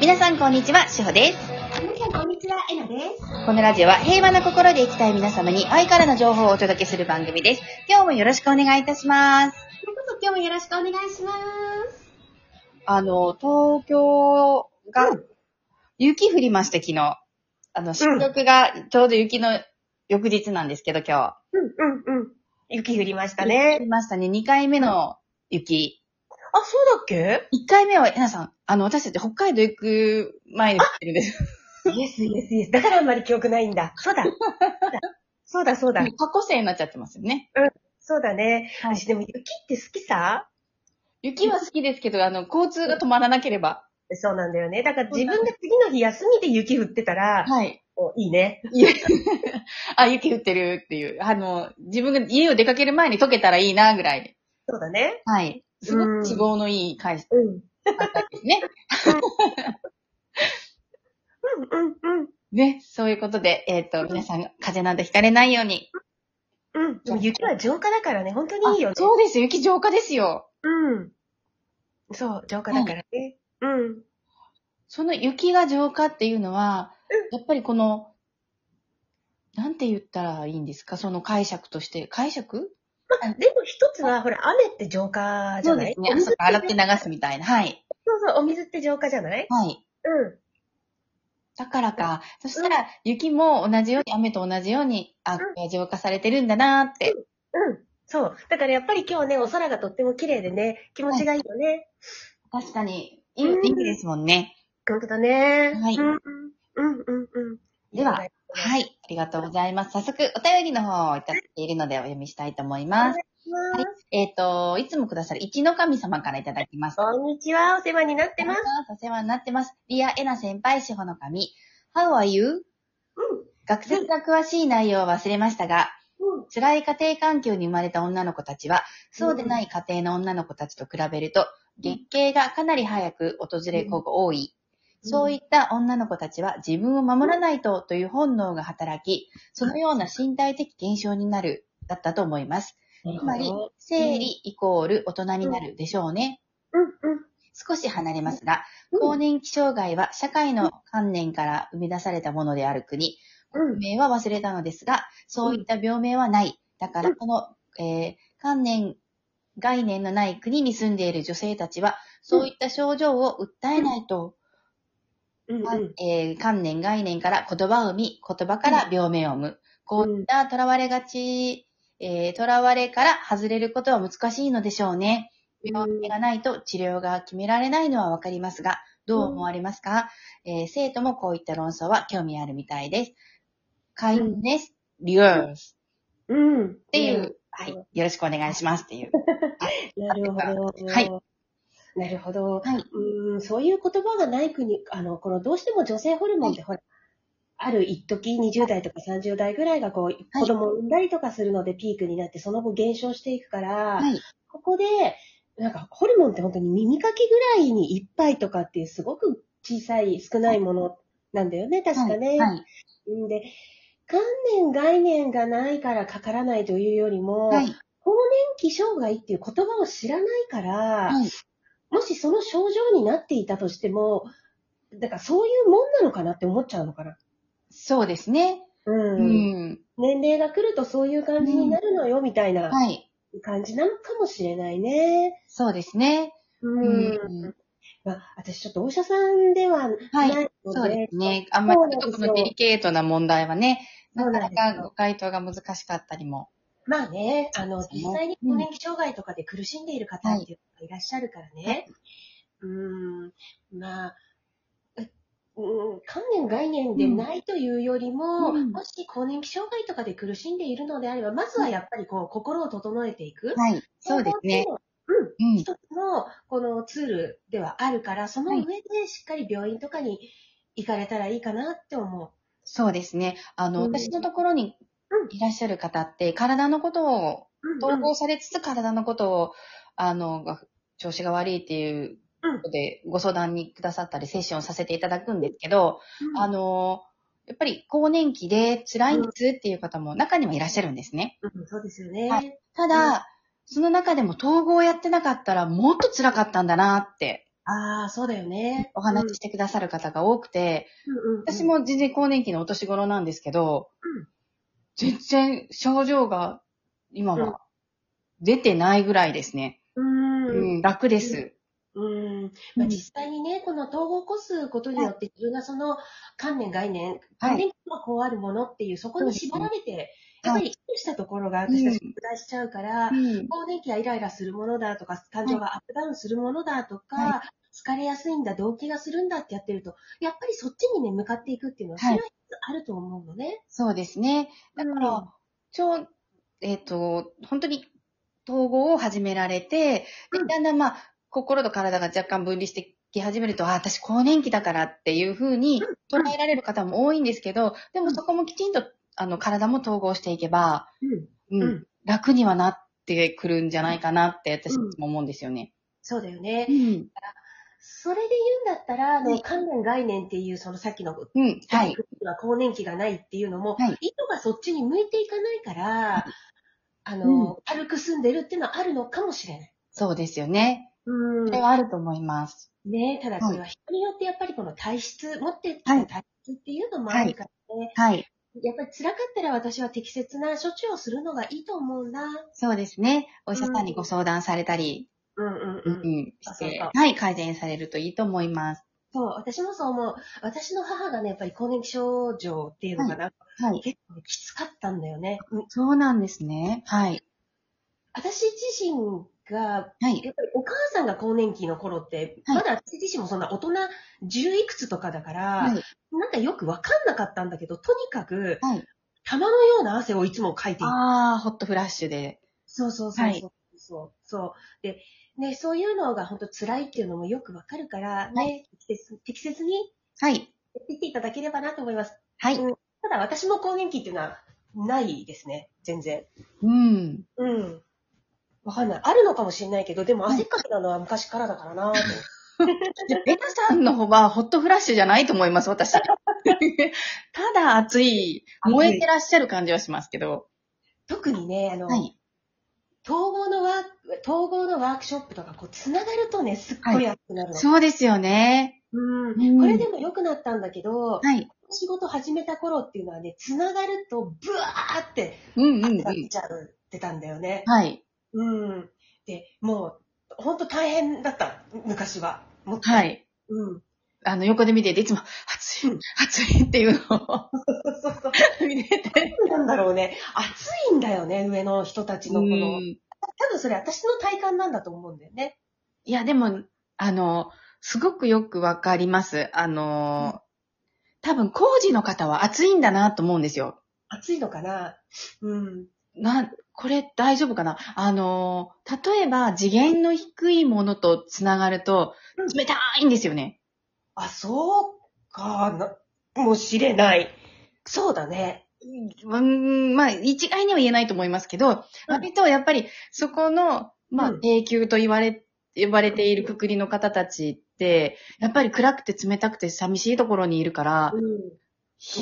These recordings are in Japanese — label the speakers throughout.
Speaker 1: 皆さんこんにちは、しほです。
Speaker 2: 皆さん、こんにちは。えなです。
Speaker 1: このラジオは平和な心で生きたい皆様に愛からの情報をお届けする番組です。今日もよろしくお願いいたします。
Speaker 2: ということで今日もよろしくお願いします。
Speaker 1: あの、東京が、雪降りました、昨日。あの、収録がちょうど雪の翌日なんですけど、今
Speaker 2: うん、うん、うん。雪降りまし
Speaker 1: 日。
Speaker 2: たね
Speaker 1: 降。りましたね。2回目の雪。
Speaker 2: あ、そうだっけ
Speaker 1: 1回目は、えなさん、あの、私たち北海道行く前に降ってるんです。
Speaker 2: イエス、イエス、イエス。だからあんまり記憶ないんだ。 そうだ。そうだ、そうだ。そうだ
Speaker 1: 過去生になっちゃってますよね。
Speaker 2: そうだね。
Speaker 1: はい
Speaker 2: 私、でも雪って好きさ
Speaker 1: 雪は好きですけど、あの、交通が止まらなければ。
Speaker 2: そうなんだよね。だから自分が次の日休みで雪降ってたら、
Speaker 1: はい。
Speaker 2: おいいね。
Speaker 1: いや あ、雪降ってるっていう。あの、自分が家を出かける前に溶けたらいいな、ぐらい。
Speaker 2: そうだね。
Speaker 1: はい。すごく都合のいい回だ
Speaker 2: うん。
Speaker 1: ったんですね。
Speaker 2: うん、うん、
Speaker 1: ね、そういうことで、えっ、と、皆さん、風邪なんてひかれないように。
Speaker 2: うん。うん。でも雪は浄化だからね、本当にいいよね
Speaker 1: あ。そうですよ、雪浄化ですよ。
Speaker 2: うん。そう、浄化だからね。うん。
Speaker 1: その雪が浄化っていうのは、やっぱりこの、なんて言ったらいいんですかその解釈として。解釈
Speaker 2: でも一つは、ほら、雨って浄化じ
Speaker 1: そ
Speaker 2: ゃ
Speaker 1: う
Speaker 2: な
Speaker 1: で
Speaker 2: い
Speaker 1: すね。
Speaker 2: お
Speaker 1: あ
Speaker 2: 水
Speaker 1: そっか洗って流すみたいな。はい。
Speaker 2: そうそう、お水って浄化じゃない
Speaker 1: はい。
Speaker 2: うん。
Speaker 1: だからか。そしたら、雪も同じように、雨と同じように、あ、これは浄化されてるんだなーって。
Speaker 2: うん。そう。だからやっぱり今日ね、お空がとっても綺麗でね、気持ちがいいよね。
Speaker 1: 確かに、いい天気ですもんね。
Speaker 2: 本当だね。
Speaker 1: はい
Speaker 2: うんうんうんうん。
Speaker 1: では
Speaker 2: はい、
Speaker 1: はい。ありがとうございます。早速、お便りの方をいただいているので、お読みしたいと思います。えっ、と、いつもくださる一の神様からいただきました。
Speaker 2: こんにちは、お世話になってます。
Speaker 1: お世話になってます。リア・エナ先輩、志保の神。How are you? 学説が詳しい内容は忘れましたが、
Speaker 2: うん。うん。
Speaker 1: 辛い家庭環境に生まれた女の子たちは、そうでない家庭の女の子たちと比べると、月経がかなり早く訪れる子が多い。
Speaker 2: うん
Speaker 1: そういった女の子たちは自分を守らないとという本能が働き、そのような身体的現象になる、だったと思います。つまり、生理イコール大人になるでしょうね。
Speaker 2: うんうん。
Speaker 1: 少し離れますが、
Speaker 2: うん
Speaker 1: 更年期障害は社会の観念から生み出されたものである国、
Speaker 2: うん。
Speaker 1: 名は忘れたのですが、そういった病名はない。だか
Speaker 2: う
Speaker 1: ら、
Speaker 2: ん
Speaker 1: この、えー観念、概念のない国に住んでいる女性たちは、そういった症状を訴えないと、
Speaker 2: うん
Speaker 1: か
Speaker 2: うん。
Speaker 1: えー観念、概念から言葉を生み、言葉から病名を生む。こういった囚われがち、えー、囚われから外れることは難しいのでしょうね。病気がないと治療が決められないのはわかりますが、どう思われますか、えー生徒もこういった論争は興味あるみたいです。kindness リ e ース
Speaker 2: うん。っ
Speaker 1: っていう、。はい、よろしくお願いしますっていう。
Speaker 2: なるほど。
Speaker 1: はい。
Speaker 2: なるほど。
Speaker 1: はい。
Speaker 2: うーん、そういう言葉がない国、あの、この、どうしても女性ホルモンって、ほら、ある一時20代とか30代ぐらいがこう、
Speaker 1: はい
Speaker 2: 子供を産んだりとかするのでピークになって、その後減少していくから、
Speaker 1: はい、
Speaker 2: ここで、なんか、ホルモンって本当に耳かきぐらいに一杯とかっていう、すごく小さい、少ないものなんだよね、確かね。
Speaker 1: はい、
Speaker 2: うんで、観念、概念がないからかからないというよりも、
Speaker 1: はい、
Speaker 2: 更年期障害っていう言葉を知らないから、
Speaker 1: はい。
Speaker 2: もしその症状になっていたとしても、だからそういうもんなのかなって思っちゃうのかな。
Speaker 1: そうですね。
Speaker 2: う。
Speaker 1: うんん。
Speaker 2: 年齢が来るとそういう感じになるのよ、みたいな
Speaker 1: はい。
Speaker 2: 感じなのかもしれないね。
Speaker 1: そうですね。
Speaker 2: うん
Speaker 1: うん
Speaker 2: まあ、私ちょっとお医者さんでは
Speaker 1: は
Speaker 2: ないいので、
Speaker 1: そうですね。あんまりちょっとこ
Speaker 2: そうなん
Speaker 1: の
Speaker 2: ですよ
Speaker 1: デリケートな問題はね、
Speaker 2: そ
Speaker 1: な
Speaker 2: うな
Speaker 1: か
Speaker 2: んですよ
Speaker 1: なかご回答が難しかったりも。
Speaker 2: まあね、あの、
Speaker 1: ですね
Speaker 2: 実際に更年期障害とかで苦しんでいる方
Speaker 1: はい
Speaker 2: っていうのがいらっしゃるからね。うーん、まあ、ううん、観念概念でないというよりも、
Speaker 1: うん
Speaker 2: もし更年期障害とかで苦しんでいるのであれば、まずはやっぱりこう、心を整えていく。
Speaker 1: はい。そうですね。。
Speaker 2: うん。
Speaker 1: うん。
Speaker 2: 一つの、このツールではあるから、その上でしっかり病院とかに行かれたらいいかなって思う。
Speaker 1: そうですね。あの、
Speaker 2: うん
Speaker 1: 私のところに
Speaker 2: う
Speaker 1: いらっしゃる方って、体のことを、統合されつつ体のことを、あの、が調子が悪いっていうことで、ご相談にくださったり、セッションさせていただくんですけど、
Speaker 2: うん
Speaker 1: あの、やっぱり更年期で辛いんですっていう方も中にはいらっしゃるんですね。
Speaker 2: うん、そうですよね。
Speaker 1: はただ、その中でも統合やってなかったらもっと辛かったんだなって
Speaker 2: ああ、そうだよね。
Speaker 1: お話ししてくださる方が多くて、
Speaker 2: うんうんうん
Speaker 1: 私、も全然更年期のお年頃なんですけど、
Speaker 2: うん
Speaker 1: 全然症状が今
Speaker 2: うん
Speaker 1: は出てないぐらいですね。
Speaker 2: うん
Speaker 1: う
Speaker 2: うん
Speaker 1: ん、楽です。
Speaker 2: うん
Speaker 1: う
Speaker 2: まあ、
Speaker 1: ん
Speaker 2: 実際にね、この統合を起こすことによって、自分がその観念、概念、
Speaker 1: はい
Speaker 2: 観念がこうあるものっていう、そこに縛られて、やっぱり意識したところが私たち拡大しちゃうから、
Speaker 1: うん
Speaker 2: 更年期はイライラするものだとか、感情がアップダウンするものだとか、
Speaker 1: は
Speaker 2: 疲れやすいんだ、動機がするんだってやってると、やっぱりそっちにね、向かっていくっていうのは、そ
Speaker 1: は
Speaker 2: れ
Speaker 1: い
Speaker 2: は一つあると思うのね。
Speaker 1: そうですね。だから、
Speaker 2: うん
Speaker 1: 超、えっ、と、本当に統合を始められて、で
Speaker 2: うん
Speaker 1: だんだんまあ、心と体が若干分離してき始めると、あ、私更年期だからっていうふうに捉えられる方も多いんですけど、でもそこもきちんと、あの、体も統合していけば、うん、
Speaker 2: うん
Speaker 1: 楽にはなってくるんじゃないかなって私いつも思うんですよね。
Speaker 2: そうだよね。
Speaker 1: うん。
Speaker 2: それで言うんだったら、あ
Speaker 1: は
Speaker 2: の、
Speaker 1: い
Speaker 2: 観念、概念っていう、そのさっきの
Speaker 1: うん、はい。。
Speaker 2: 更年期がないっていうのも、
Speaker 1: はい
Speaker 2: 意図がそっちに向いていかないから、あ
Speaker 1: う
Speaker 2: の、軽く済んでるっていうのはあるのかもしれない。
Speaker 1: そうですよね。
Speaker 2: う
Speaker 1: それはあると思います。
Speaker 2: ねただそれは人によってやっぱりこの体質、持ってきた体質っていうのもあるからね、
Speaker 1: はい。
Speaker 2: やっぱり辛かったら私は適切な処置をするのがいいと思うんだ。
Speaker 1: そうですね。お医者さんにご相談されたり、
Speaker 2: うんうん
Speaker 1: うん、して、
Speaker 2: そう
Speaker 1: はい、改善されるといいと思います。
Speaker 2: そう、私もそう思う。私の母がね、やっぱり更年期症状っていうのかな、
Speaker 1: はい。
Speaker 2: 結構きつかったんだよね。うん
Speaker 1: そうなんですね。はい。
Speaker 2: 私自身が
Speaker 1: はい。
Speaker 2: やっぱりお母さんが更年期の頃って、
Speaker 1: はい
Speaker 2: まだ私自身もそんな大人10いくつとかだから、
Speaker 1: はい。
Speaker 2: なんかよくわかんなかったんだけど、とにかく、
Speaker 1: はい、
Speaker 2: 玉のような汗をいつもかいている。
Speaker 1: ああ、ホットフラッシュで。
Speaker 2: そうそうそうそう。
Speaker 1: はい
Speaker 2: そうそうで、ね、そういうのが本当辛いっていうのもよくわかるから、ね、
Speaker 1: は
Speaker 2: 適切適切に
Speaker 1: はい。
Speaker 2: やっていっていただければなと思います。
Speaker 1: はい。
Speaker 2: ただ私も更年期っていうのはないですね、全然。
Speaker 1: うん。
Speaker 2: うん。わかんない。あるのかもしれないけど、でも汗っかきなのは昔からだか らなと思って
Speaker 1: じゃあ、エナさんの方はホットフラッシュじゃないと思います、 私。ただ熱い、燃えてらっしゃる感じはしますけど。
Speaker 2: 特にね、あの、
Speaker 1: はい。
Speaker 2: 統合のワーク、統合のワークショップとか、こう、つながるとね、すっごい熱くなるの。
Speaker 1: そうですよね。
Speaker 2: うん。これでも良くなったんだけ
Speaker 1: は
Speaker 2: ど、
Speaker 1: い。
Speaker 2: 仕事始めた頃っていうのはね、つながると、ブワーって、
Speaker 1: うんうんう
Speaker 2: 熱が出
Speaker 1: ん。
Speaker 2: ちゃってたんだよね。
Speaker 1: はい。
Speaker 2: うん。で、もう、ほんと大変だった、昔は。もっと
Speaker 1: は。い。
Speaker 2: うん。
Speaker 1: あの、横で見てて、いつも、熱い、熱いっていうのを
Speaker 2: そうそうそう。
Speaker 1: 見てて。
Speaker 2: なんだろうね。熱いんだよね、上の人たちの
Speaker 1: う
Speaker 2: この。
Speaker 1: ん
Speaker 2: 多分それ私の体感なんだと思うんだよね。
Speaker 1: いや、でも、あの、すごくよくわかります。あの、多分工事の方は暑いんだなと思うんですよ。
Speaker 2: 熱いのかなうん。
Speaker 1: な、これ大丈夫かなあの、例えば次元の低いものとつながると
Speaker 2: うん、
Speaker 1: 冷たいんですよね。
Speaker 2: あ、そうかな、もしれない。そうだね。
Speaker 1: うん、まあ、一概には言えないと思いますけど、割とやっぱりそこの、まあ
Speaker 2: う、ん
Speaker 1: 低級と言われ、言われているくくりの方たちって、やっぱり暗くて冷たくて寂しいところにいるから、
Speaker 2: うん。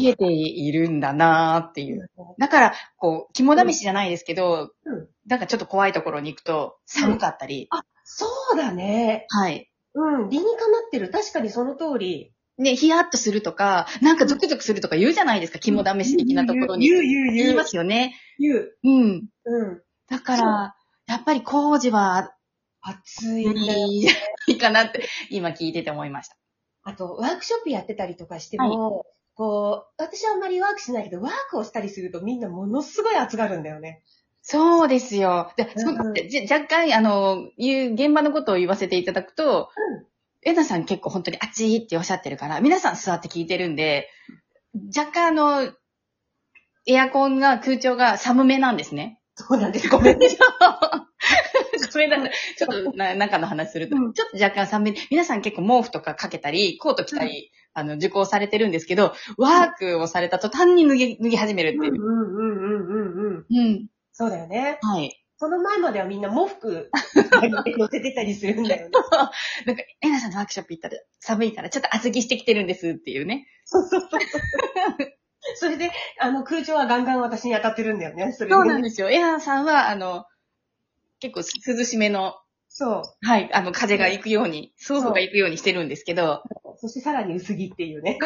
Speaker 1: 冷えているんだなーっていう。だから、こう、肝試しじゃないですけど、
Speaker 2: うん
Speaker 1: なんかちょっと怖いところに行くと、寒かったり、
Speaker 2: そうだね。
Speaker 1: はい。
Speaker 2: うん。理にかなってる。確かにその通り。
Speaker 1: ね、ヒヤッとするとか、なんかゾクゾクするとか言うじゃないですか、肝試し的なところに。
Speaker 2: 言う言
Speaker 1: 言
Speaker 2: う
Speaker 1: い
Speaker 2: 言う
Speaker 1: ま。すよね。
Speaker 2: 言う。
Speaker 1: うん。
Speaker 2: うん。
Speaker 1: だから、やっぱり工事は、
Speaker 2: 暑
Speaker 1: い
Speaker 2: いんだよ。
Speaker 1: いんじゃないかなって、今聞いてて思いました。
Speaker 2: あと、ワークショップやってたりとかしても、こう、私はあんまりワークしないけど、ワークをしたりするとみんなものすごい暑がるんだよね。
Speaker 1: そうですよ。で
Speaker 2: うん
Speaker 1: そうでじゃ若干、あの、言う、現場のことを言わせていただくと、えなさん結構本当にあっちいっておっしゃってるから、皆さん座って聞いてるんで、若干あの、エアコンが、空調が寒めなんですね。
Speaker 2: そうなんです。ごめんね。
Speaker 1: ごめんなさい。ちょっとな中の話すると、
Speaker 2: うん
Speaker 1: ちょっと若干寒め。皆さん結構毛布とかかけたり、コート着たり、あの、受講されてるんですけど、ワークをされた途端に脱ぎ、脱ぎ始めるって
Speaker 2: うん
Speaker 1: いうう。
Speaker 2: んうんうんうんうん。
Speaker 1: うん。
Speaker 2: そうだよね。
Speaker 1: はい。
Speaker 2: その前まではみんな毛 服乗せてたりするんだよね。
Speaker 1: なんか、エナさんのワークショップ行ったら、寒いから、ちょっと厚着してきてるんですっていうね。
Speaker 2: そうそうそう。それで、あの、空調はガンガン私に当たってるんだよね、それで。
Speaker 1: そうなんですよ。エナさんは、あの、結構涼しめのそう。はい。あの、風が行くように、
Speaker 2: う
Speaker 1: 想像が行くようにしてるんですけど、
Speaker 2: そしてさらに薄着ってい うね。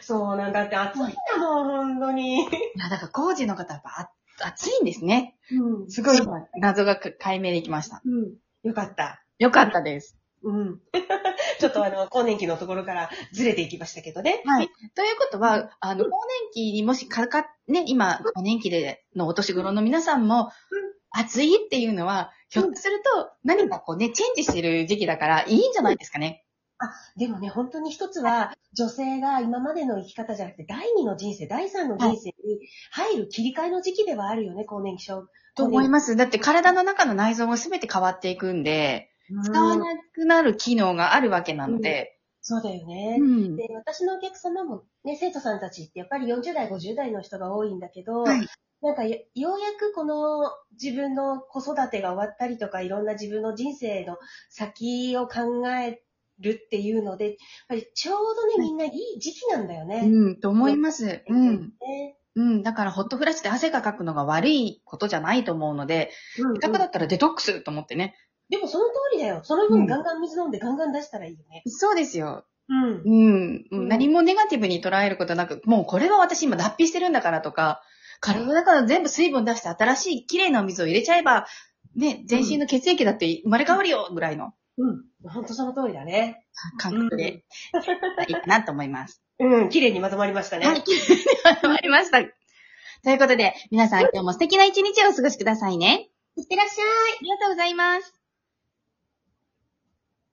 Speaker 2: そうなんだって暑いんだもん、本当に。
Speaker 1: いや、だから工事の方はやっぱあ暑いんですね。
Speaker 2: うん
Speaker 1: すごい謎が解明できました。
Speaker 2: うん。よかった。
Speaker 1: よかったです。
Speaker 2: うん。 ちょっとあの、更年期のところからずれていきましたけどね。
Speaker 1: はい。ということは、あの、更年期にもしかかっ、ね、今、更年期でのお年頃の皆さんも、暑いっていうのは、ひょっとすると、何かこうね、チェンジしてる時期だから、いいんじゃないですかね。
Speaker 2: でもね、本当に一つは、女性が今までの生き方じゃなくて、第二の人生、第三の人生に入る切り替えの時期ではあるよね、更年期症。
Speaker 1: と思います。だって体の中の内臓も全て変わっていくんで、
Speaker 2: す
Speaker 1: 使わなくなる機能があるわけなので、
Speaker 2: そうだよね。
Speaker 1: うん
Speaker 2: で、私のお客様もね、生徒さんたちってやっぱり40代、50代の人が多いんだけど、
Speaker 1: はい
Speaker 2: なんかよようやくこの自分の子育てが終わったりとか、いろんな自分の人生の先を考えるっていうので、やっぱりちょうどね、
Speaker 1: はい
Speaker 2: みんないい時期なんだよね。
Speaker 1: うん、と思います。うん。
Speaker 2: ね
Speaker 1: うん。だから、ホットフラッシュで汗がかくのが悪いことじゃないと思うので、
Speaker 2: うんうん
Speaker 1: せっかくだったらデトックスと思ってね。
Speaker 2: でもその通りだよ。その
Speaker 1: う
Speaker 2: 分
Speaker 1: ん
Speaker 2: ガンガン水飲んでガンガン出したらいいよね。
Speaker 1: そうですよ。
Speaker 2: うん。
Speaker 1: うん。
Speaker 2: うん
Speaker 1: 何もネガティブに捉えることなく、もうこれは私今脱皮してるんだからとか、体の中の全部水分出して新しい綺麗なお水を入れちゃえば、ね、全身の血液だって生まれ変わるよぐらいの
Speaker 2: うん。ほんとその通りだね。
Speaker 1: 感覚で、いいかなと思います。
Speaker 2: うん、綺麗にまとまりましたね。
Speaker 1: はい。 終わりました。ということで、皆さん今日も素敵な一日をお過ごしくださいね。いってらっしゃい。ありがとうございます。